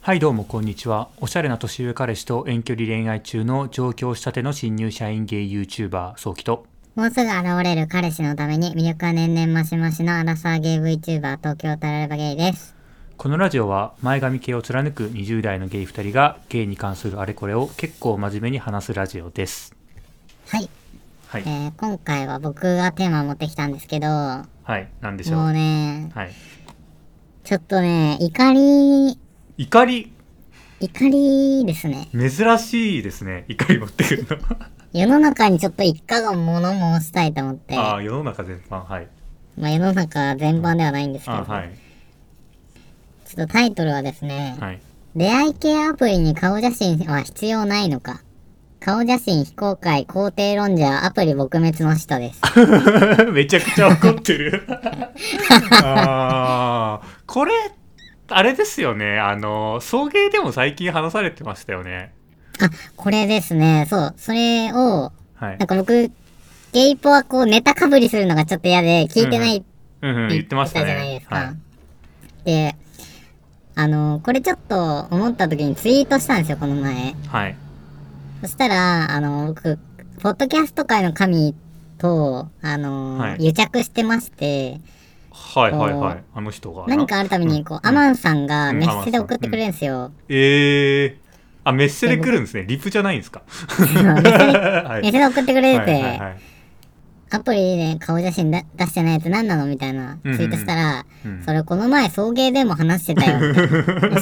はいどうもこんにちはおしゃれな年上彼氏と遠距離恋愛中の上京したての新入社員ゲイ YouTuber 早期ともうすぐ現れる彼氏のために魅力は年々増し増しのアラサーゲイ VTuber 東京タラレバゲイです。このラジオは前髪系を貫く20代のゲイ2人がゲイに関するあれこれを結構真面目に話すラジオですはい。はいえー、今回は僕がテーマを持ってきたんですけど、もはいなんでしょううね、はいちょっとね、怒り、怒り怒りですね。珍しいですね怒り持ってくるの世の中にちょっと一家が物申したいと思って、ああ世の中全般はいまあ世の中全般ではないんですけど、あはいちょっとタイトルはですね、はい出会い系アプリに顔写真は必要ないのか顔写真非公開、肯定論者はアプリ撲滅の人です。 めちゃくちゃ怒ってる あーこれあれですよねあの送迎でも最近話されてましたよねあ、これですね。そう。それを、はいなん、か僕、ゲイポはこうネタかぶりするのがちょっと嫌で、聞いてないってうんうん、言ってましたねじゃないですか。はい、で、あの、これちょっと思った時にツイートしたんですよ、この前。はい、そしたら、あの、僕、ポッドキャスト界の神と、あの、はい癒着してまして、はいはいはこいあの人が何かあるたびに、こう、うんアマンさんがうんメッセで送ってくれるんですよ。えー、あメッセで来るんですねリプじゃないんですか はメッセで送ってくれて、はいはいはいアプリで顔写真だ出してないやつ何なのみたいなツイートしたら、うんそれこの前送迎でも話してたよ って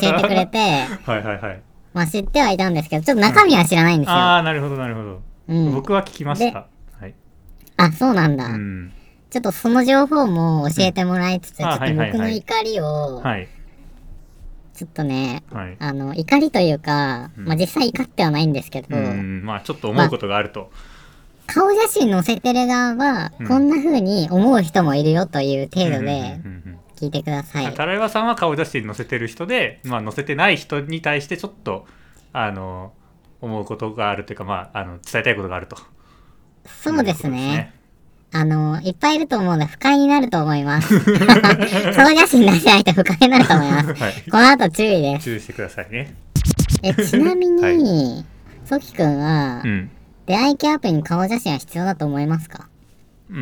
教えてくれて、はいはいはいまあ知ってはいたんですけど、ちょっと中身は知らないんですよ。ああなるほどなるほど、うん、僕は聞きましたはい、あ、そうなんだ、うん、ちょっとその情報も教えてもらいつつ、うんあちょっと僕の怒りを、はいちょっとね、はいあの、怒りというか、うんまあ実際怒ってはないんですけど、うんまあちょっと思うことがあると、顔写真載せてる側は、うんこんな風に思う人もいるよという程度でうんうんうん聞いてください。うん、タラヤさんは顔写真載せてる人で、まあ、載せてない人に対してちょっとあの思うことがあるというか、まあ、あの伝えたいことがあるとそうですね。あの、いっぱいいると思うので、不快になると思います。 顔写真出してないと不快になると思いまということです。すねはいこの後注意です。注意してくださいね え、ちなみはに、ソキくんはう、ん出会い系アプリに顔写真は必要だと思いますかうー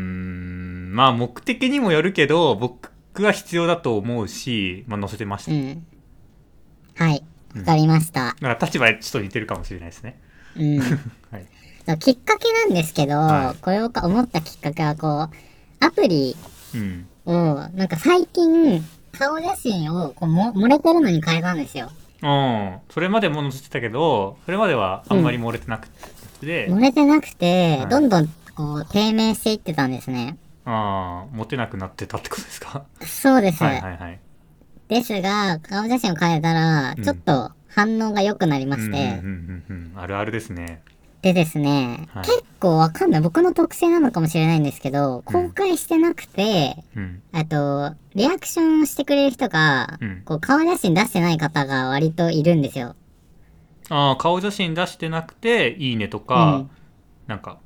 んまあ目的にもよるけど僕は必要だと思うし、まあ、載せてましうた、ん。はい。わかりました。だから立場ちょっと似てるかもしれないですね うん。はいそうきっかけなんですけど、はいこれを思ったきっかけは、こう、アプリうんを、なんか最近、顔写真をこうも漏れてるのに変えたんですよ。うん、それまでも載せてたけどそれまではあんまり漏れてなくて、漏れてなくて、はいどんどんこう低迷していってたんですね。ああモテなくなってたってことですかそうです。はいはいはいですが、顔写真を変えたらう、んちょっと反応が良くなりまして、うんうんうんうんうん、あるあるですねでですね、はい結構わかんない。僕の特性なのかもしれないんですけど、うん公開してなくて、うんあと、リアクションしてくれる人が、うんこう顔写真出してない方が割といるんですよ。ああ顔写真出してなくて「いいね」とか、なんか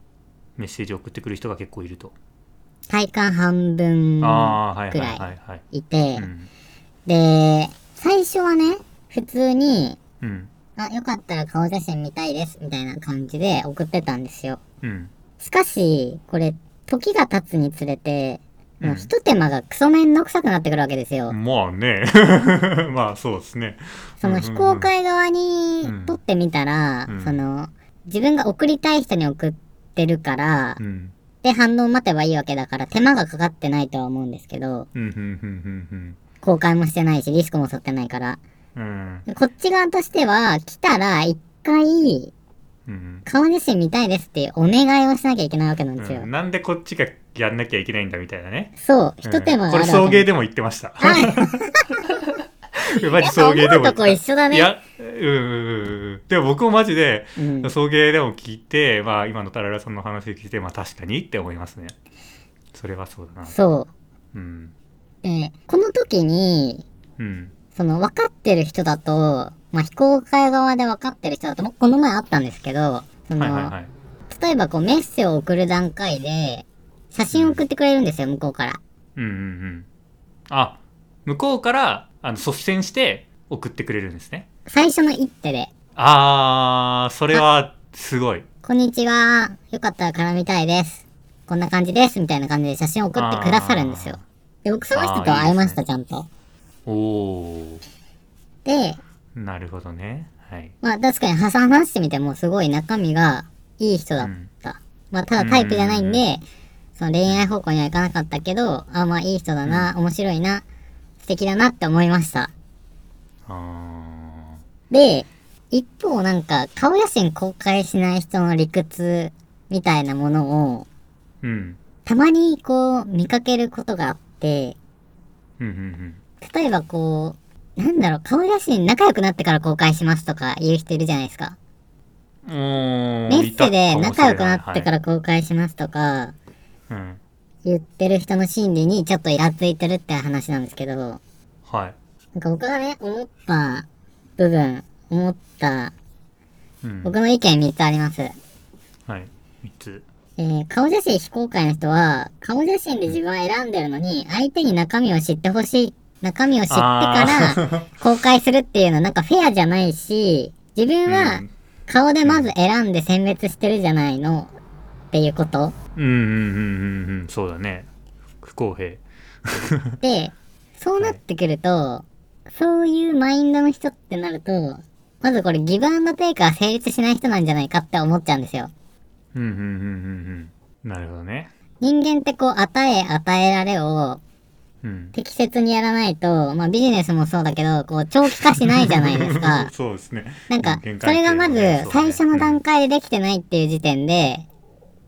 メッセージ送ってくる人が結構いると、体感半分ああーはいくはらいいはいはいいて、うん、で、最初はね、普通に、うんあ、よかったら顔写真見たいです、みたいな感じで送ってたんですよ。うん、しかし、これ、時が経つにつれて、もううんひと手間がクソめんどくさくなってくるわけですよ。まあね まあそうですねその非公開側にうん撮ってみたら、うんその、自分が送りたい人に送ってるから、うんで、反応待てばいいわけだから、手間がかかってないとは思うんですけど、うんうんうんうん公開もしてないし、リスクも背負ってないから。うんうんこっち側としては、来たら、一回、うん顔写真見たいですっていうお願いをしなきゃいけないわけなんですよ。うんなんでこっちがやんなきゃいけないんだみたいなねそう、一手間うんがこあるれわけ送迎でも言ってました マジ 送迎でやっもぱ 言思うっとこて一緒だたいね。やうんうんうんうんでも僕もマジでうん、送迎でも聞いて、まあ、今のタララさんの話聞いて、まあ、確かにって思いますね。それはそうだな。そう。うん。で、この時に、うん。その分かってる人だと、まあ、非公開側で分かってる人だと、僕この前あったんですけど、その、はいはいはい。例えばこうメッセを送る段階で、写真を送ってくれるんですよ、向こうから。うんうんうん。あ、向こうから、あの、率先して、送ってくれるんですね。最初の一手で、あー、それはすごい。こんにちは、よかったら絡みたいです。こんな感じです、みたいな感じで写真送ってくださるんですよ。で、僕その人とあーいいです会いねました、ちゃんと。おー、で、なるほどね。はい。まあ確かに話してみてもすごい中身がいい人だった。まあただタイプじゃないんで、その恋愛方向にはいかなかったけど、あまあいい人だな、面白いな、素敵だなって思いました。あで、一方なんか顔写真公開しない人の理屈みたいなものを、ー、うん。たまにこう見かけることがあって、うんうん例えばこう、なんだろう、顔写真仲良くなってから公開しますとか言う人いるじゃないですか。うん。おー、メッセで仲良くなっていかたら公開しますとか、かもしれない。はい、うん。言ってる人の心理にちょっとイラついてるって話なんですけど、なんはい。か僕がね、思った部分、思った、うん。僕の意見3つあります。えはい。三つ。ー顔写真非公開の人は、顔写真で自分は選んでるのに、相手に中身を知ってほしい、中身を知ってからら、公開するっていうのはなんかフェアじゃないし、自分はうん顔でまず選んで選別してるじゃないのっていうこと。うんうんうんうんうん、そうだね。不公平。で、そうなってくると、そういうマインドの人ってなると、まずこれギブアンドテイクは成立しない人なんじゃないかって思っちゃうんですよ。うんうんうんうんうん。なるほどね。人間ってこう、与え、与えられをうん。適切にやらないと、まあビジネスもそうだけど、こう、長期化しないじゃないですか。 そうですね。なんか人間関係、それがまずねそうね最初の段階でできてないっていう時点で、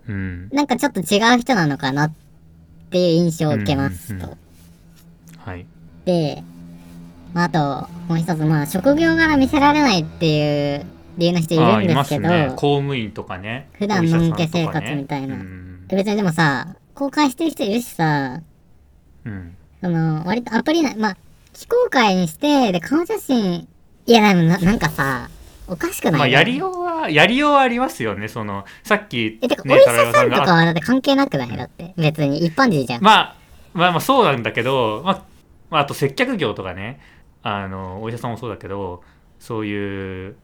うん。なんかちょっと違う人なのかなっていう印象を受けますうんうんと。はい。で、まあ、あと、もう一つ、まあ、職業柄見せられないっていう理由の人いあーるいんでますけすど、ね。公務員とかね。普段お医者さんとかねのんけ生活みたいなうん。別にでもさ、公開してる人いるしさ、うんその、割とアプリ内、まあ、非公開にして、で、顔写真、いや、でもな、なんかさ、おかしくない、まあ、やりようは、やりようはありますよね。その、さっき、え、てか、おね医田中者さんとがかはだって関係なくないだって。別に、一般人じゃん。まあ、まあまあそうなんだけど、まあ、まあ、あと接客業とかねあのお医者さんもそうだけどそういう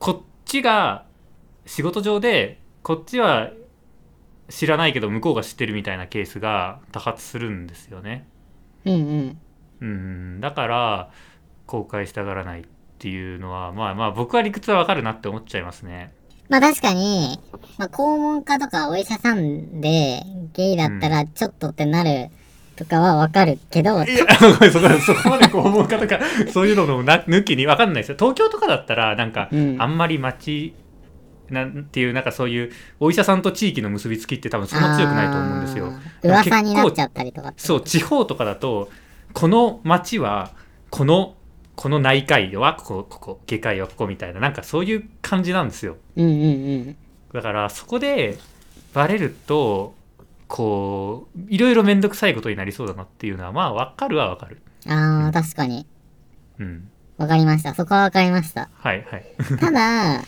こっちが仕事上でこっちは知らないけど向こうが知ってるみたいなケースが多発するんですよね。うんうん。うん、だから公開したがらないっていうのはまあまあ僕は理屈はわかるなって思っちゃいますね。まあ確かに、まあ、肛門科とかお医者さんでゲイだったらちょっとってなるとかはわかるけど、いや、ごめんそこ そこまでこう思うかとか、そういうのもな抜きに分かんないですよ。東京とかだったら、なんか、うんあんまり街なんていう、なんかそういう、お医者さんと地域の結びつきって多分そんな強くないと思うんですよ。あー噂になっちゃう。ったりとかってそう、地方とかだと、この街は、この、この内科医はここ、ここ、外科医はここみたいな、なんかそういう感じなんですよ。うんうんうんだから、そこでバレると、こう、いろいろめんどくさいことになりそうだなっていうのは、まあ、分かるは分かる。ああ確かにうん。わかりましたそこはわかりましたはいはい。ただ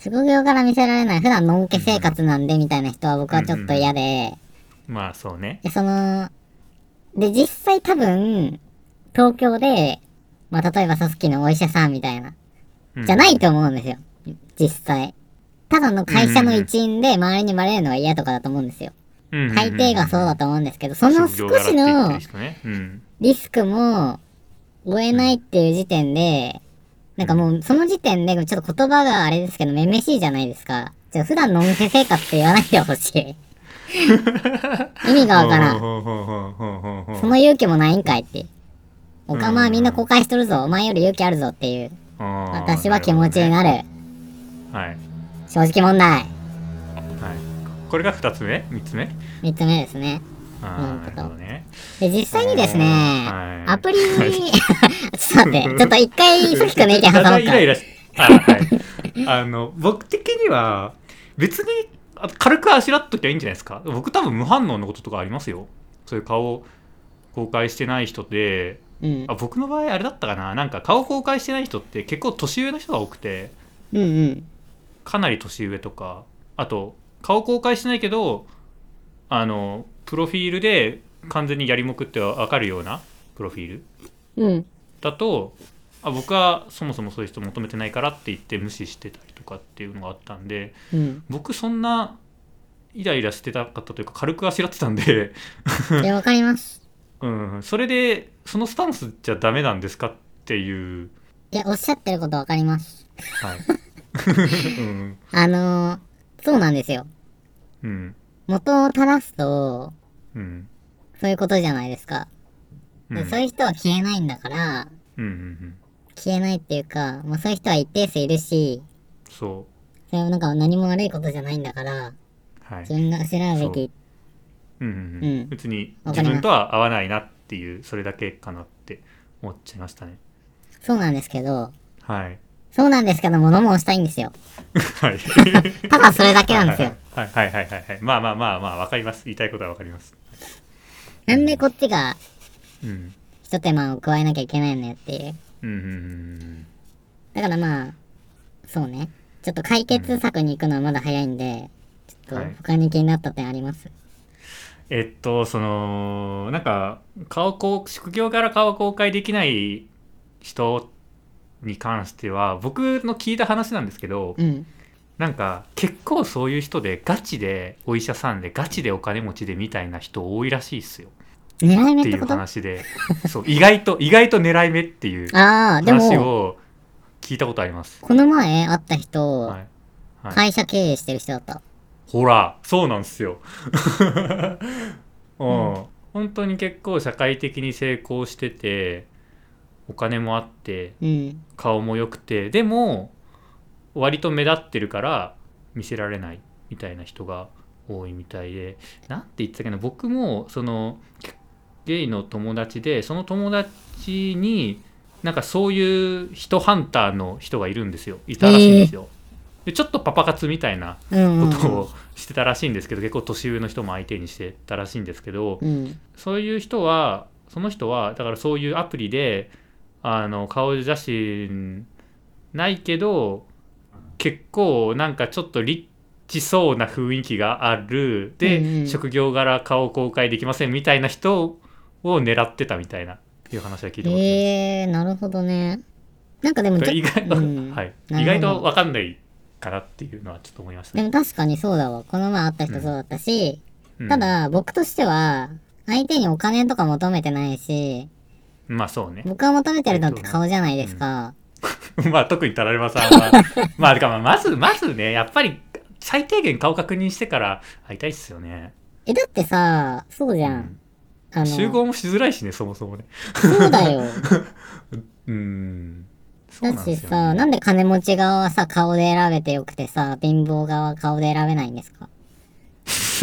職業から見せられない普段のんけ生活なんでみたいな人は僕はちょっと嫌で、まあそうね。でそので実際多分東京で、まあ、例えばさっきのお医者さんみたいなうんじゃないと思うんですよ。実際。ただの会社の一員で周りにバレるのは嫌とかだと思うんですよ。うんうん大抵がそうだと思うんですけど、そうんの職業少柄っして言ってのる人ねうんリスクも負えないっていう時点で、なんかもうその時点でちょっと言葉があれですけど、めめしいじゃないですか。じゃあ普段のお店生活って言わないでほしい。意味がわからん。ほうほうほうほうほうほうその勇気もないんかいって。おかまはみんな公開しとるぞ。お前より勇気あるぞっていう。あー私は気持ちになるなる。ほどねはい、正直問題。はい、これが2つ目3つ目三つ目ですね。あなあるほどなるほどねで、実際にですね、はいアプリに、 ちょっと待って、ちょっと一回、さっきとの意見挟だんもだ うんイライか。ラしあはいあの僕的には別にあ軽くあしらっときゃいいんじゃないですか僕多分無反応のこととかありますよそういう顔を公開してない人でうんあ。僕の場合あれだったかななんか顔公開してない人って結構年上の人が多くてうんうん。かなり年上とかあと顔公開してないけどあのプロフィールで完全にやりもくってわかるようなプロフィールうん。だとあ僕はそもそもそういう人求めてないからって言って無視してたりとかっていうのがあったんでうん。僕そんなイライラしてたかったというか軽くあしらってたんで いや、わかります。うん、それでそのスタンスじゃダメなんですかっていう、いや、おっしゃってることわかります。はい うんあのー、そうなんですよ。うん元を正すと、うんそういうことじゃないですか。うんでそういう人は消えないんだから、うんうんうん消えないっていうか、まあそういう人は一定数いるし、そそれはなんか何も悪いことじゃないんだから、うはい自、分が知らうべき。うんうんうんうん別にわ自かります分とは合わないなっていうそれだけかなって思っちゃいましたねそうなんですけど、はい そうなんですけど物申したいんですよ。はいただそれだけなん ですよ。はいはいはいはいはいまあまあまあまあわかります言いたいことはわかりますなんでこっちがうん一手間を加えなきゃいけないのよっていう。うんうんうんだからまあ、そうね。ちょっと解決策に行くのはまだ早いんで、ちょっはとい他に気になった点あります。えっとそのなんか顔こう職業柄顔を公開できない人に関しては僕の聞いた話なんですけどうん。なんか結構そういう人でガチでお医者さんでガチでお金持ちでみたいな人多いらしいっすよ狙い目っっていてうことあ話でそう意外と意外と狙い目っていうあー、で話も、を聞いたことあります。この前会った人、はいはい会社経営してる人だった。ほら、そうなんすよ。 うん、う本当に結構社会的に成功してて、お金もあって、うん。顔も良くて、でも、割と目立ってるから見せられないみたいな人が多いみたいで、なんて言ってたっけな、僕も、その、ゲイの友達で、その友達に、なんかそういう人ハンターの人がいるんですよ。いたらしいんですよ。で、ちょっとパパ活みたいなうん、うん。ことをしてたらしいんですけど結構年上の人も相手にしてたらしいんですけどうん。そういう人はその人はだからそういうアプリであの顔写真ないけど結構なんかちょっとリッチそうな雰囲気があるで、うんうん職業柄顔公開できませんみたいな人を狙ってたみたいないう話は聞いたことありえー、なるほどね。なんかでもますちょ意外と、うん はい、な意るほど外と分かんないかなっていうのはちょっと思いましたでね。も確かにそうだわ。この前会った人そうだったし、ただ僕としては、相手にお金とか求めてないし、うん、まあそうね。僕が求めてるのって顔じゃないですか。 まあ特にタラレバさん はまあてかまあまずまずねやっぱり最低限顔確認してから会いたいっすよね、え、だってさ、そうじゃん。あうの、ん集合もしづらいしねそもそもねそうだよ。うん そうだなんでしすよ、さ、ね、なんで金持ち側はさ、顔で選べてよくてさ、貧乏側は顔で選べないんですか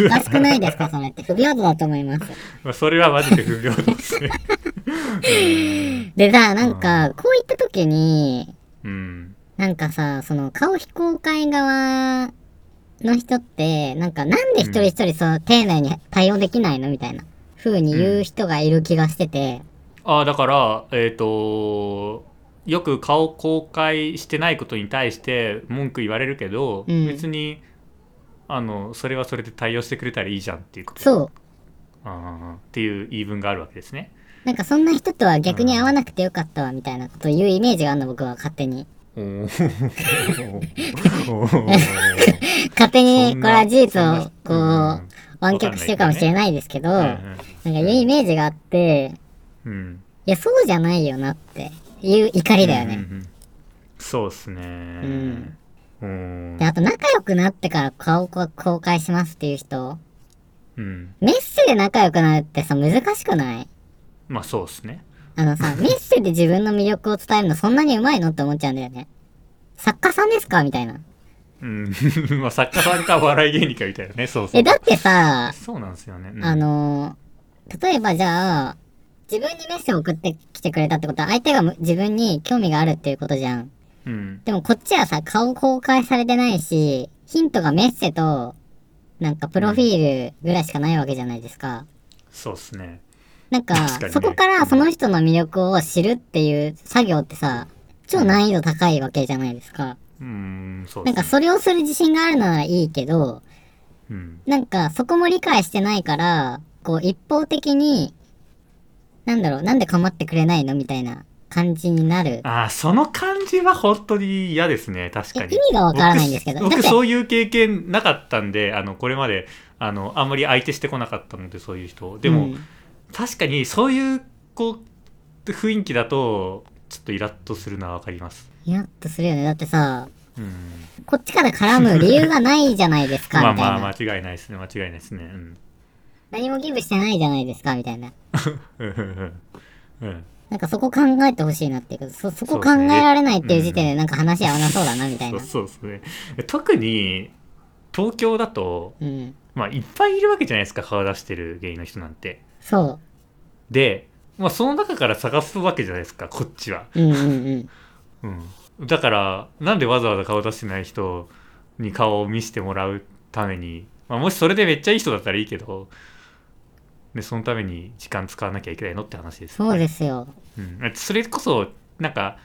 おかしくないで すかそれって。不平等だと思います。まあそれはマジで不平等ですね でさ、なんか、こういった時に、うんなんかさ、その顔非公開側の人って、なんかなんで一人一人その丁寧に対応できないのみたいな風に言う人がいる気がしてて、ああだからえっ、とよく顔公開してないことに対して文句言われるけど、うん別にあのそれはそれで対応してくれたらいいじゃんっていうことそう。あーっていう言い分があるわけですねなんかそんな人とは逆に会わなくてよかったわみたいなことを言うイメージがあるの僕は勝手に。おーおー 勝手にそんこなれは事実そんをなこう、湾曲してるかもしれないですけど、うんうなんんかいうイメージがあって、うんいや、そうじゃないよなっていう怒りだようんうね。んうんそうっすねんうんで、あと仲良くなってから顔を公開しますっていう人、うんメッセで仲良くなるってさ、難しくないまあそうっすねあ のさ、メッセで自分の魅力を伝えるのそんなに上手いのって思っちゃうんだよね。作家さんですかみたいな。うんまあ作家さんかお笑い芸人かみたいなねそうそうえ、だってさ、そうなんですよねうんあのー例えばじゃあ、自分にメッセを送ってきてくれたってことは、相手がむ自分に興味があるっていうことじゃん。うんでもこっちはさ、顔公開されてないし、ヒントがメッセと、なんかプロフィールぐらいしかないわけじゃないですか。そうっすねなんか、確かにねそこからその人の魅力を知るっていう作業ってさ、超難易度高いわけじゃないですか。うんそうっすなんかねそれをする自信があるならいいけど、うんなんかそこも理解してないから、こう一方的に、なんだろう、なんで構ってくれないのみたいな感じになる。ああ、その感じは本当に嫌ですね。確えか意に。味がわからないんですけど。だ僕っ僕て、そういう経験なかったんであのこれまであのあんまり相手してこなかったのでそういう人でも、うん確かにそういうこう雰囲気だとちょっとイラッとするのはわかります、イラッとするよね。だってさ、うん、こっちから絡む理由がないじゃないですか、み またあいな。まあ間違いないですね間違いないですねうん何もギブしてないじゃないですか、みたいな。うんうんうんなんかそこ考えてほしいなっていうか、そ、そこ考そうですえねられないっていう時うん点でなんか話合わなそうだな、みたいそなう。そうですね特に東京だとうん。まあいっぱいいるわけじゃないですか顔出してる芸人の人なんてそでまあその中から探すわけじゃないですかこっちはう。うんうんうん。うん、だからなんでわざわざ顔出してない人に顔を見せてもらうために、まあ、もしそれでめっちゃいい人だったらいいけどでそのために時間使わなきゃいけないのって話ですそうですよ。うん、それこそなんか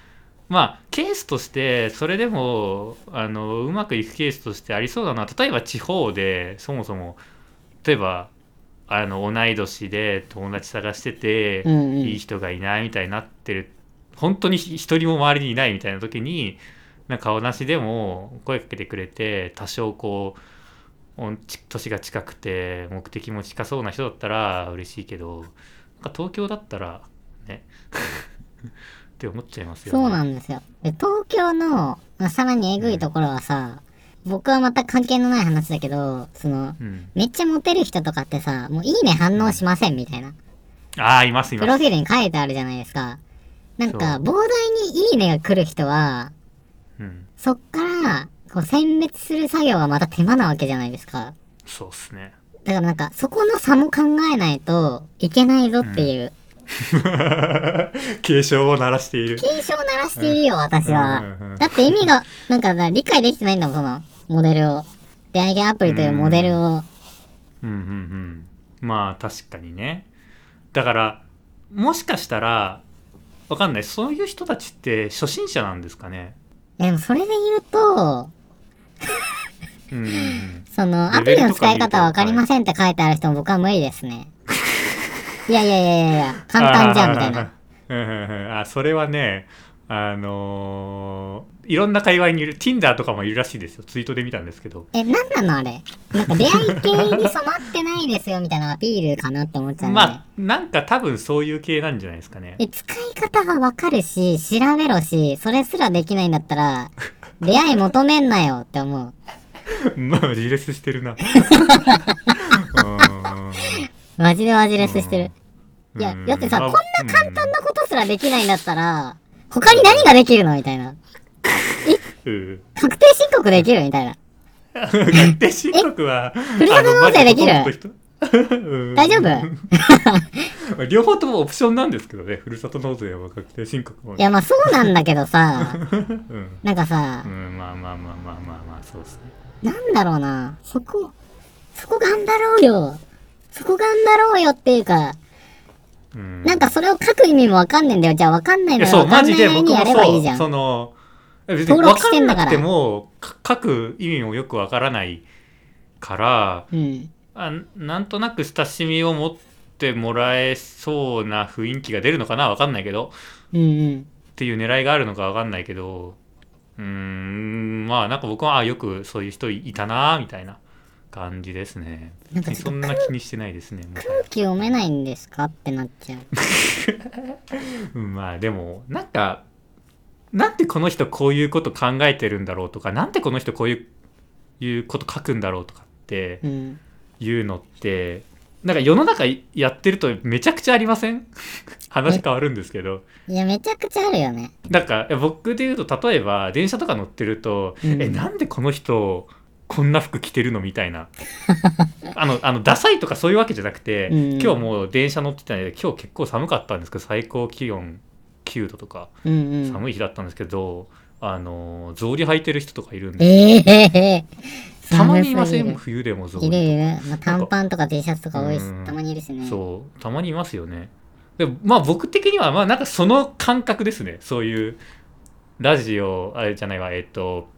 まあケースとしてそれでもあのうまくいくケースとしてありそうだな例えば地方でそもそも例えばあの同い年で友達探してて、うんうんいい人がいないみたいになってる本当にひ一人も周りにいないみたいな時になんか顔なしでも声かけてくれて多少こうおんち年が近くて目的も近そうな人だったら嬉しいけどなんか東京だったらねって思っちゃいますよね。そうなんですよ。で東京の、まあ、さらにえぐいところはさ、僕はまた関係のない話だけど、その、うん、めっちゃモテる人とかってさ、もういいね反応しませんみたいな。ああいますいプまロす。フィールに書いてあるじゃないですか。なんか、そう膨大にいいねが来る人は、うん、そっから、こう、選別する作業がまた手間なわけじゃないですか。そうっすね。 だからなんか、そこの差も考えないといけないぞっていう。警鐘を鳴らしている。警鐘を鳴らしているよ、私はうんうんうん。だって意味が、なんかさ、理解できてないんだもん、その、モデルを。出会い系アプリというモデルうを。んうんうんまあ確かにねだからもしかしたらわかんないそういう人たちって初心者なんですかねでも、それで言うと、うんうんうんその、レアプベリのルとか使見いると方わかりませんって書いてある人も僕は無理で すね。いやいやいやいやいや、簡単じゃん、みたいな。あーうんうんうんあそれはねあのーいろんな界隈にいる Tinder とかもいるらしいですよツイートで見たんですけどえ、なんなのあれ。なんか出会い系に染まってないですよ、みたいなアピールかなって思っちゃうんで。まあなんか多分そういう系なんじゃないですかねえ、使い方がわかるし、調べろし、それすらできないんだった ら、出会い求めんなよって思う。まあ自立してる なマジでマジレスしてる。うんいやうんだってさまあこうんそんなことすらできないんだったら、他に何ができるのみたいな。うん確定申告できるみたいな。確定申告は、ふるさと納税できるあのマジで ほとんど人うん大丈夫 両方ともオプションなんですけどね、ふるさと納税は確定申告も。いや、まあそうなんだけどさ、 うん、なんかさう、ん、まあまあまあまあまあまあ、そうですね。なんだろうな、そこ、そこ頑張ろうよ。そこ頑張ろうよっていうか、うん、なんかそれを書く意味もわかんないんだよ。じゃあわかんないいなや、らそわう、かマんなジいなでりに僕もやればいいそう、じゃん。その、別に登分録かしてんんだからなくても、か書く意味もよくわからないから、うん。あなんとなく親しみを持ってもらえそうな雰囲気が出るのかなわかんないけど。うんうん。っていう狙いがあるのかわかんないけどうーんまあなんか僕はあよくそういう人いたなーみたいな感じですねなんかちょっそとんな気にしてないですねもはや空気読めないんですかってなっ ちゃう。うんまあでもなんかなんでこの人こういうこと考えてるんだろうとかなんでこの人こういういうこと書くんだろうとかってうん。いうのってなんか世の中やってるとめちゃくちゃありません 話変わるんですけどいや、めちゃくちゃあるよね。なんかえ僕で言うと例えば電車とか乗ってると、うんえなんでこの人こんな服着てるのみたい なあのあのダサいとかそういうわけじゃなくて、うん今日もう電車乗ってたんで今日結構寒かったんですけど最高気温9度とかうんうん。寒い日だったんですけど、あの草履履いてる人とかいるんでええたまにいませ寒んす冬でも草ぎるいるい履る、まあ、短パンとか T シャツとか多いしうんたまにいるしねそうたまにいますよねでまあ僕的にはまあなんかその感覚ですねそういうラジオあれじゃないわえっ、と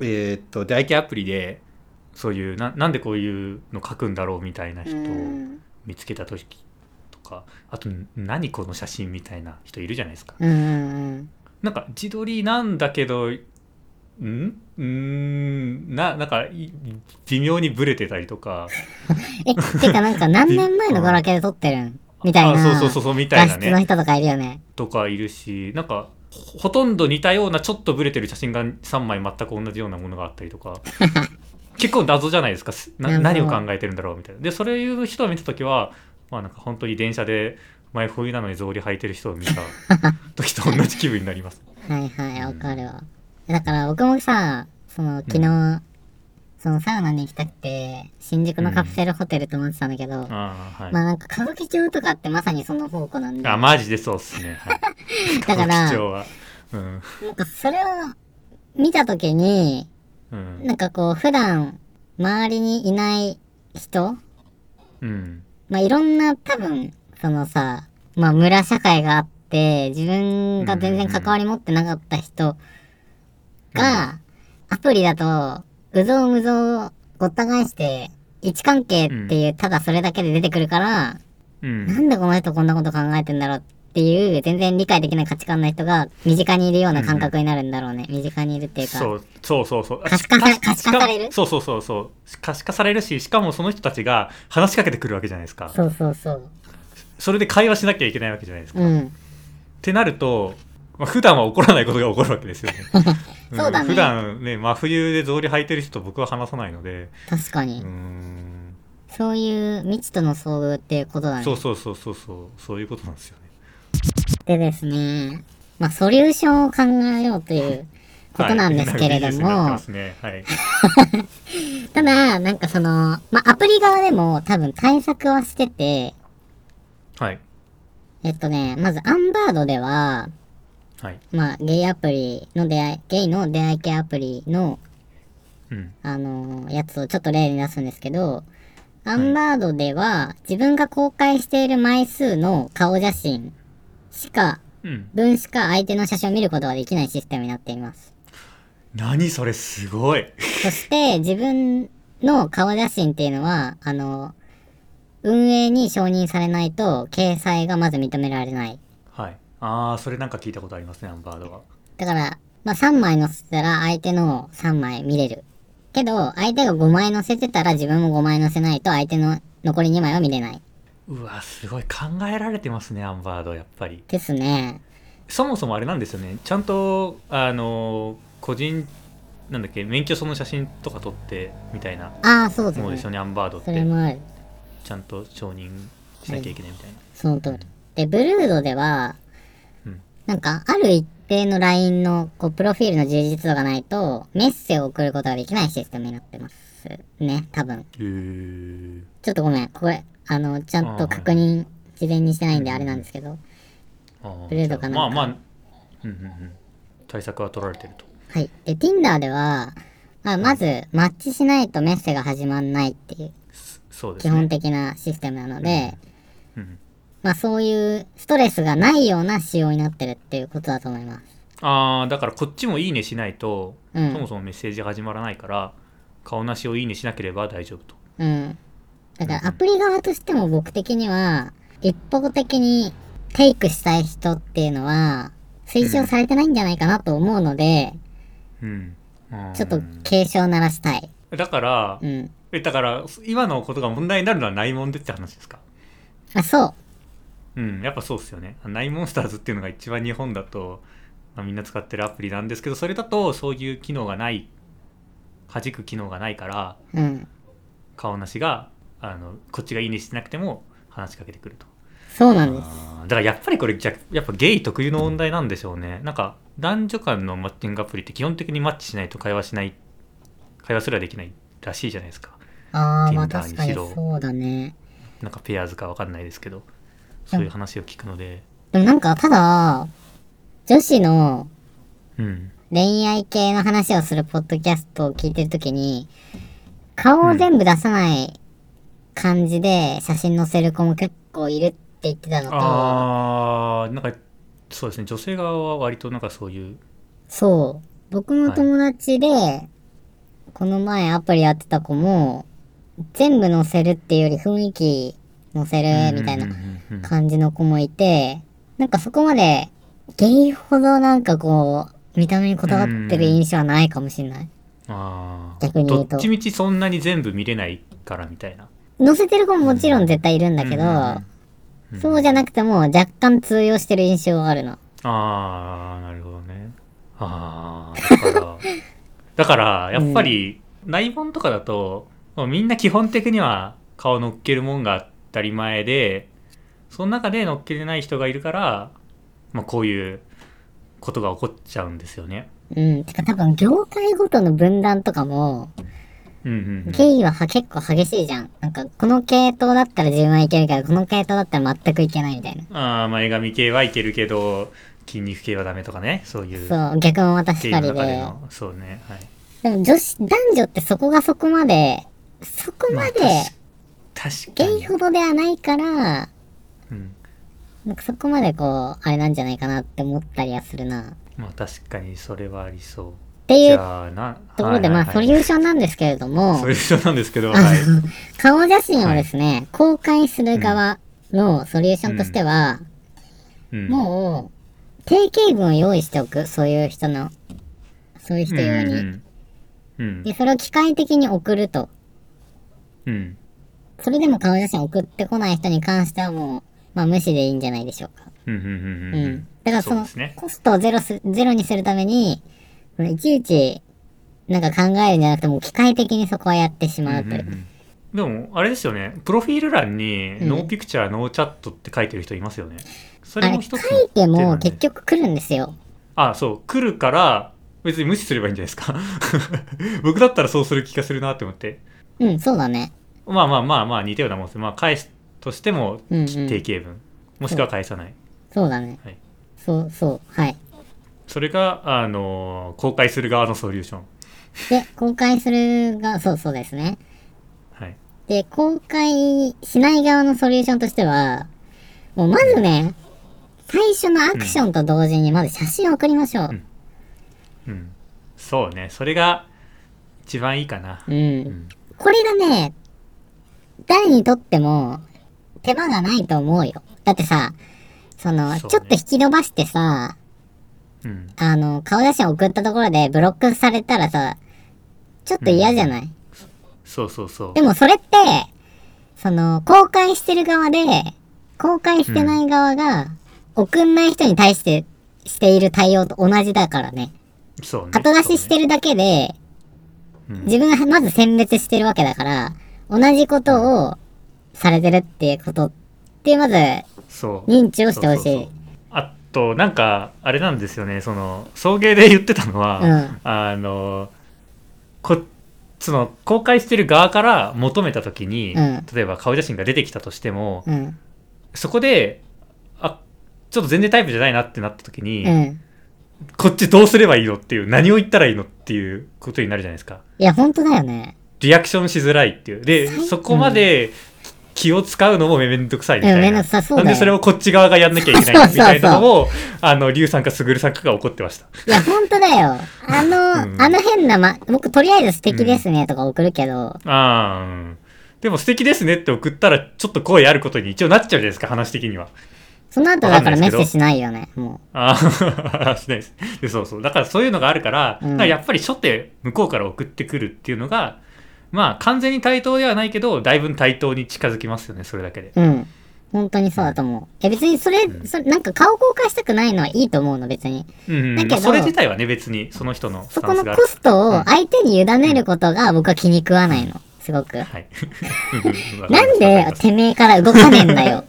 えっ、と出会い系アプリでそういうななんでこういうの書くんだろうみたいな人をうん見つけた時とかあと「何この写真」みたいな人いるじゃないですか。うんうんうん。なんか自撮りなんだけどんうーんななんかい微妙にブレてたりとかえ、てかなんか何年前のガラケーで撮ってるんみたいあな。そうそうそうそうみたい画な質のね人とかいるよね。とかいるしなんかほほとんど似たようなちょっとブレてる写真が3枚全く同じようなものがあったりと か結構謎じゃないですかすな謎何を考えてるんだろうみたいなでそれいう人を見た時はまあなんか本当に電車で前冬なのに草履履いてる人を 見た時と同じ気分になりますはいはい、わかるわ。だから僕もさ、その昨日、そのサウナに行きたくて、新宿のカプセルホテルと思ってたんだけど、あー、はいまあなんか歌舞伎町とかってまさにその宝庫なんで、あマジでそうっすね、はい、だから貴重はうんなんかそれを見た時に、うんなんかこう普段周りにいない人、うんまあいろんな多分、そのさ、まあ村社会があって、自分が全然関わり持ってなかった人が、アプリだと、うぞうむぞうごった返して、位置関係っていう、ただそれだけで出てくるから、うんなんでこの人こんなこと考えてんだろうっていう、全然理解できない価値観の人が身近にいるような感覚になるんだろうね。身近にいるっていうそか。うそうそうそう可視化さしか可視化されるそうそうそうそう可視化されるししかもその人たちが話しかけてくるわけじゃないですかそうそうそう。それで会話しなきゃいけないわけじゃないですか、うっん。てなると、まあ、普段は起こらないことが起こるわけです よねそうだねん普段ね真冬で草履履いてる人と僕は話さないので確かうにー。んそういう未知との遭遇っていうことだね。そうそうそうそうそうそういうことなんですよねでですね、まあ、ソリューションを考えようということなんですけれどはい、も、ビジネスになってますねはいただ、なんかその、まあ、アプリ側でも多分対策はしてて、はいえっとね、まずアンバードでは、はいまあ、ゲイアプリの出会い、ゲイの出会い系アプリの、うんあのやつをちょっと例に出すんですけど、アンバードでは自分が公開している枚数の顔写真しか、うん分しか相手の写真を見ることができないシステムになっています。何それすごいそして自分の顔写真っていうのは、あの、運営に承認されないと掲載がまず認められない。はいああそれなんか聞いたことありますねアンバードはだから、まあ、3枚載せたら相手の3枚見れる。けど、相手が5枚載せてたら自分も5枚載せないと相手の残り2枚は見れない。うわすごい考えられてますねアンバードやっぱりですね。そもそもあれなんですよねちゃんとあの個人なんだっけ免許証の写真とか撮ってみたいなああ、そうですものねですよ。ねアンバードっそれてもある。ちゃんと承認しなきゃいけないみたいな、その通り。で、ブルードではうん、なんか、ある一定の LINE のこうプロフィールの充実度がないと、メッセを送ることができないシステムになってますね、多分。へーちょっとごめん、これ、あの、ちゃんと確認、事前にしてないんであれなんですけど、あーブレードかなんかまあまあうんうんうん対策は取られてるとはい。で、Tinder では、まあ、まず、マッチしないとメッセが始まんないっていう、そうです基ね本的なシステムなので、うん、まあ、そういうストレスがないような仕様になってるっていうことだと思います。ああだからこっちも「いいね」しないと、うんそもそもメッセージが始まらないから顔なしを「いいね」しなければ大丈夫とうん。だからアプリ側としても僕的には、一方的にテイクしたい人っていうのは、推奨されてないんじゃないかなと思うので、うんうんちょっと警鐘を鳴らしたい。だからうん。えだから今のことが問題になるのはないもんでって話ですかあ、そう。うんやっぱそうっすよねナイモンスターズっていうのが一番日本だと、まあ、みんな使ってるアプリなんですけどそれだとそういう機能がない弾く機能がないからうん。顔なしがあのこっちがいいねしてなくても話しかけてくるとそうなんです。あーだからやっぱりこれじゃやっぱゲイ特有の問題なんでしょうねなんか男女間のマッチングアプリって基本的にマッチしないと会話しない会話すらできないらしいじゃないですかああ、まあ Tinder 確かににしろそうだね。なんかペアーズかわかんないですけどそういう話を聞くのででもなんか、ただ、女子のうん恋愛系の話をするポッドキャストを聞いてるときに、顔を全部出さない感じで写真載せる子も結構いるって言ってたのと、あーなんかそうですね女性側は割となんかそういうそう。僕の友達で、この前アプリやってた子も、全部載せるっていうより雰囲気載せるみたいなうんうんうんうん感じの子もいて、なんかそこまでゲイほどなんかこう、見た目にこだわってる印象はないかもしれない。あー逆に言どうとっちみちそんなに全部見れないからみたいな。載せてる子ももちろん絶対いるんだけど、そうじゃなくても若干通用してる印象があるの。ああなるほどねああだからだからやっぱり内盆とかだともうみんな基本的には顔乗っけるもんが当たり前でその中で乗っけてない人がいるから、まあ、こういうことが起こっちゃうんですよね。うん。てか多分業界ごとの分断とかも、うんうんうん、ゲイはは結構激しいじゃん。なんかこの系統だったら自分はいけるけど、この系統だったら全くいけないみたいな。ああ前髪系はいけるけど筋肉系はダメとかねそういうそう、逆もまたし系かのり中でで。のそうねはい。でも女子、男女ってそこがそこまで、そこまで、確かゲイに、ほどではないから、うん、なんかそこまでこう、あれなんじゃないかなって思ったりはするな。まあ確かにそれはありそう。ってじいうゃあなところで、まあ、ソリューションなんですけれども、ソリューションなんですけど、 はい、顔写真をですね、公開する側のソリューションとしては、うん、もう、定型文を用意しておく。そういう人の、そういう人用に。うんうんで、それを機械的に送ると。うんうんそれでも顔写真送ってこない人に関してはもう、まあ無視でいいんじゃないでしょうか。うんうんうんううんん。だからそそうのですね、コストをゼロす、ゼロにするために、このいちいち、なんか考えるんじゃなくて、もう機械的にそこはやってしまうという。でもあれですよねプロフィール欄に「うんノーピクチャーノーチャット」って書いてる人いますよねそあれれ、も書一ついても結局局来るんですよ。あそう来るから別に無視すればいいんじゃないですか僕だったらそうする気がするなって思ってうん、そうだね。まあまあまあまあ似たようなもんですまあ返すとしてもうんうん定型文、もしくは返さないそうだね。はいそう、そう、はい。それがあの公開する側のソリューションで、公開するが、そう、そうですね。はいで、公開しない側のソリューションとしては、もうまずね、最初のアクションと同時にまず写真を送りましょう。うん、そうねそれが一番いいかな、うん。うんこれがね、誰にとっても手間がないと思うよ。だってさ、その、そうねちょっと引き伸ばしてさ、うん、あの、顔写真送ったところでブロックされたらさ、ちょっと嫌じゃない、そうそうそうでもそれって、その、公開してる側で、公開してない側が、送んない人に対して、している対応と同じだからね。そうね後出ししてるるだけそで、うね,うん、自分がまず選別してるわけだから、同じことをされてるっていうことって、まずそう認知をしてほしそうそうそいう。あとなんかあれなんですよねその送迎で言ってたのは、うんあのこその公開してる側から求めた時に、うん例えば顔写真が出てきたとしても、うん。そこであちょっと全然タイプじゃないなってなった時に、うん。こっちどうすればいいのっていう何を言ったらいいのっていうことになるじゃないですかいや、本当だよね。リアクションしづらいっていう。で、最そこまで気を使うのもめんどくさいみたいな。うんめんどくさそうだなよんでそれをこっち側がやんなきゃいけないみたいなのを、あの、リュウさんかスグルさんかが怒ってました。いや、本当だよ。あの、うんあの変なま、僕とりあえず素敵ですねとか送るけど、あーうん。でも素敵ですねって送ったら、ちょっと声あることに一応なっちゃうじゃないですか、話的には。その後わかだんかないですらメけッどセしないよね、もああ、 しないです。で、そうそう。だからそういうのがあるから、うんだからやっぱり初手向こうから送ってくるっていうのが、まあ完全に対等ではないけど、だいぶ対等に近づきますよね、それだけで。う。うん。本当にそうだと思う。え、別にそれ、それなんか顔公開したくないのはいいと思うの、別に。うんうん、だけどまあそれ自体はね、別にその人のスそタこンのスがあコる。ストを相手に委ねることが僕は気に食わないの、すごく。はい。 なんでてめえから動かねえんだ よ。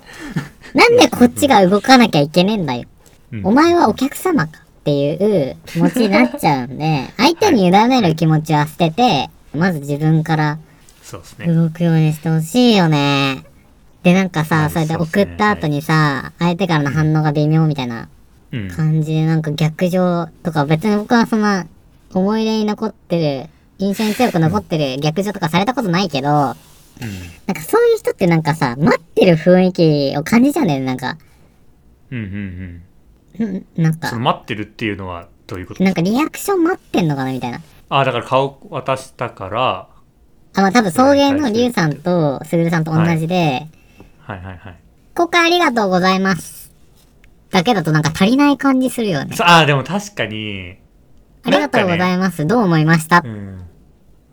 なんでこっちが動かなきゃいけねえんだよ。うんお前はお客様かっていう気持ちになっちゃうんで、相手に委ねる気持ちは捨てて、まず自分からそうですね。動くようにしてほしいよね。で、なんかまさ、あそれでそうっす送ねった後にさ、相手からの反応が微妙みたいなうん。感じで、なんか逆上とか、別に僕はそんな思い出に残ってる、印象に強く残ってる逆上とかされたことないけど、なんかそういう人ってなんかさ、待ってる雰囲気を感じちゃうんだよね、なんか。うんうんうん。うんなんそのか、待ってるっていうのはどういうことなんかリアクション待ってんのかなみたいな。ああ、だから顔渡したから、あ、まあ多分送迎のリュウさんとスグルさんと同じで、はいはいはい。公ご会ありがとうございます。だけだとなんか足りない感じするよね。そうああ、でも確かに、ありがとうございます。どう思いました、うん。っ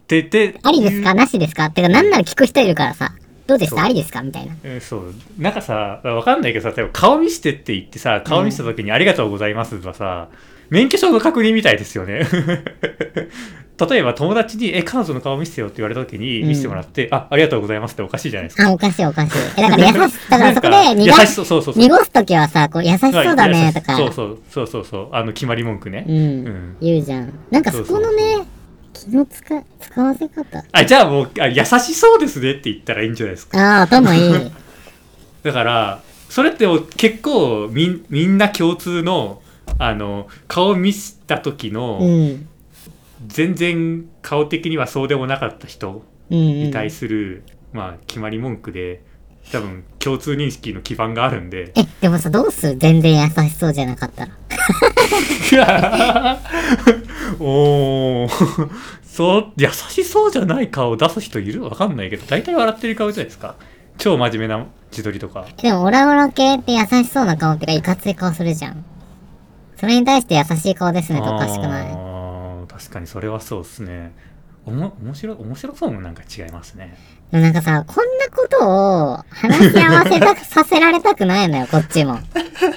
て言って、ありですかなしですかてか、なんなら聞く人いるからさ。どうでしそたうありですかみたいな。うん、そう。なんかさ、わかんないけどさ、例えば顔見してって言ってさ、顔見せた時にありがとうございますとかさ、免許証の確認みたいですよね。 例えば友達に、え、彼女の顔見せてよって言われた時にうん見せてもらって、あ、ありがとうございますっておかしいじゃないですか。あ、おかしいおかしい。え、だから優し、 だからそこで濁優しす、そう、そうそうそう。濁すときはさ、こう、優しそうだねとか、そうそうそうそうそう。あの、決まり文句ね。うん、うん言うじゃん。なんかそこのね、気の使い、使わせ方。あ、じゃあもう、あ優しそうですねって言ったらいいんじゃないですか。ああ、頭 いい。だから、それってもう結構みん、みんな共通の、あの、顔見した時の、うん。全然顔的にはそうでもなかった人うん、うにん。対え、する、まあ、決まり文句で、多分、共通認識の基盤があるん で。でもさ、どうする全然優しそうじゃなかったら。おー、そう、優しそうじゃない顔を出す人いるわかんないけど、大体笑ってる顔じゃないですか。超真面目な自撮りとか。でも、オラオラ系って優しそうな顔ってか、いかつい顔するじゃん。それに対して優しい顔ですねとおかしくない。あー確かにそれはそうですね。おも、面白い、面白そうもなんか違いますね。でもなんかさ、こんなことを話し合わせたく、させられたくない のよ、こっちも。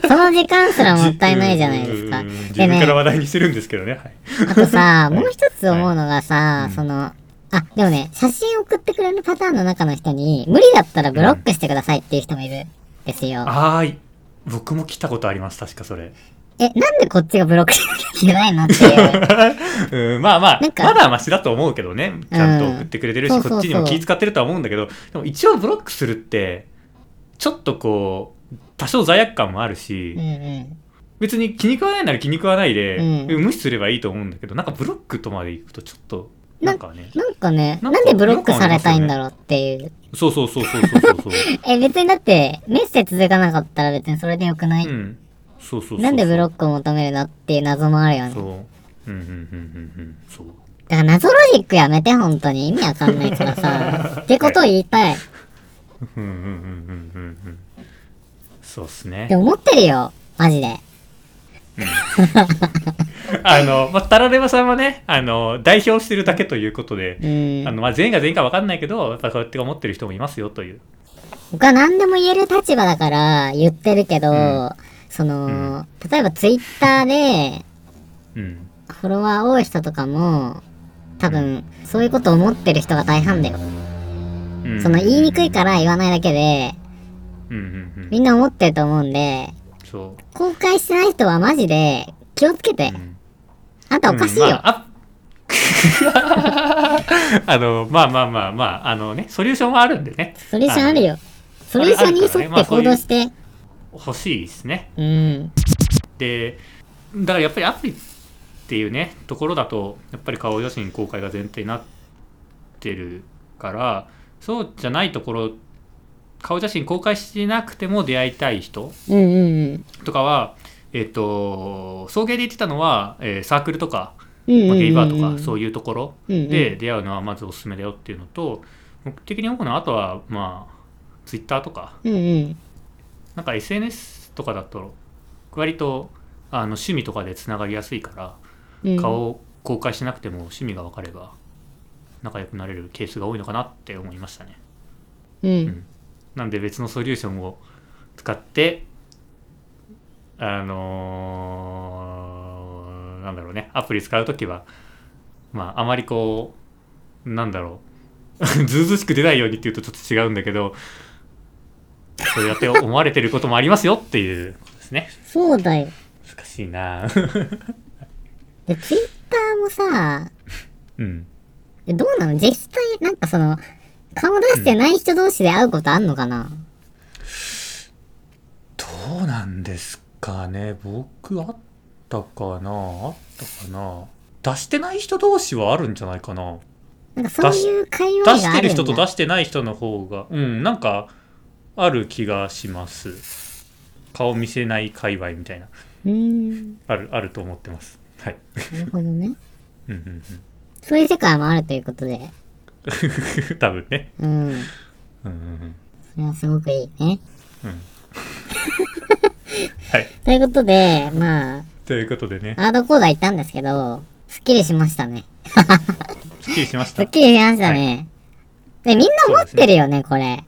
その時間すらもったいないじゃないですかうんうんうん。自で分ねか、ら話題にしてるんですけどね。はい。あとさ、もう一つ思うのがは、さいその、あ、でもね、写真送ってくれるパターンの中の人に、無理だったらブロックしてくださいっていう人もいるんですよ。あーい僕も来たことあります確かそれえ、なんでこっちがブロックしなきゃいけないのって いう。 うんまあまあなんかまだマシだと思うけどねちゃんと送ってくれてるし、うんそうそうそうこっちにも気使ってるとは思うんだけどでも一応ブロックするってちょっとこう多少罪悪感もあるし、うん別に気に食わないなら気に食わないで、う無視すればいいと思うんだけどなんかブロックとまで行くとちょっとななんかねうん。なんかね、ななんかんでブロックされたいんだろうっていう。そうそうそうそうそうそうそ う、え、別にだって、メッセ続かなかったら別にそれでよくない、うん、そうそうそうそうなんでブロックを求めるのっていう謎もあるよね。そううんうんうんうんうんそうだから謎ロジックやめて、本当に。意味わかんないか らさ。ってことを言いたい。うんうんうんうんうんうんそうっすねって思ってるよ。マジで。 あの、まあ、タラレバさんはね、あの、代表してるだけということでう、ん。あの、まあ、全員が全員か分かんないけど、やっぱそうやって思ってる人もいますよという。僕は何でも言える立場だから言ってるけど、うんその、うん例えばツイッターでうん。フォロワー多い人とかも、多分、そういうこと思ってる人が大半だよ。うんその言いにくいから言わないだけで、うんうんうみん。んな思ってると思うんで、そ公開してない人はマジで気をつけて。う。うんあんたおかしいよ。うんまああ あの、まあまあまあまあ、あのね、ソリューションはあるんでね、ソリューションあるよ。ソリューションに沿あるからねまあってそうい行う動して。欲しいですね。うん。で、だからやっぱりアプリっていうね、ところだと、やっぱり顔写真公開が前提になってるから、そうじゃないところ、顔写真公開しなくても出会いたい人うんうんとかは、えっ、と、送迎で言ってたのは、えーサークルとか、うん。うんうまあんうん。ゲイバーとか、そういうところうんうんで出会うのはまずおすすめだよっていうのと、目的に多くのあとは、まあ、ツイッターとか、うんうん。なんか SNS とかだと割とあの趣味とかでつながりやすいから、うん。顔を公開しなくても趣味が分かれば仲良くなれるケースが多いのかなって思いましたねうん。なんで別のソリューションを使ってあのーなんだろうねアプリ使う時はまああまりこうなんだろう ずうずうしく出ないようにっていうとちょっと違うんだけどそうやって思われてることもありますよっていうことですねそうだよ。難しいな ぁで、ツイッターもさ、うんえどうなの実際、なんかその、顔出してない人同士で会うことあんのかな、どうなんですかね僕あったかなあったかな出してない人同士はあるんじゃないかななんかそういう会出話しがあてるるんだ人と出してない人の方がうんなんかある気がします顔見せない界隈みたいなうーん。あるあると思ってますはいなるほどね。うんうんそういう世界もあるということで。うん 多分ねうん。うんうんうんそれはすごくいいね。うんはい。ということで、まあ、ということでね、アードコーダー行ったんですけど、すっきりしましたね。すっきりしましすたっ。きりしましたね。で、みんな持ってるよね、これ。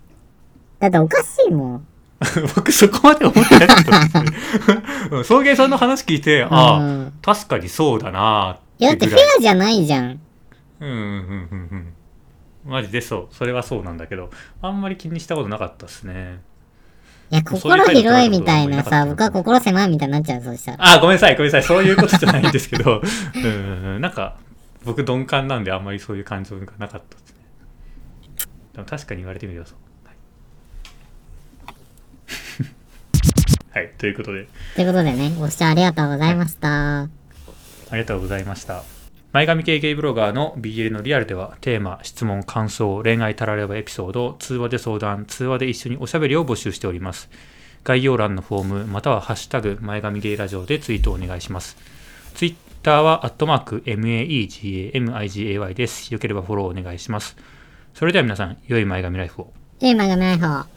だっておかしいもん。 僕そこまで思ってなかったんですね うん送迎さんの話聞いて、ああ、うん確かにそうだなーいや、だっっててフぐェらい。アじゃないじゃん。うんうんうんうんうん。マジでそう。それはそうなんだけど、あんまり気にしたことなかったですね。いや、そういう心態度取ら広れいるみことたはあいんまりななかったさ、のかな僕は心狭いみたいになっちゃう、そうしたら。あー、ごめんなさい、ごめんなさい。そういうことじゃないんですけど、うんうんうん、なんか、僕鈍感なんであんまりそういう感情がなかったですね。でも確かに言われてみればそう。はいはい、ということで、ということでね、ご視聴ありがとうございました。ありがとうございました。前髪系ゲイブロガーの BL のリアルではテーマ、質問、感想、恋愛たらればエピソード、通話で相談、通話で一緒におしゃべりを募集しております。概要欄のフォーム、またはハッシュタグ、前髪ゲイラジオでツイートをお願いします。ツイッターは、アットマーク、MAEGAMIGAY です。よければフォローお願いします。それでは皆さん、良い前髪ライフを。テーマがない方。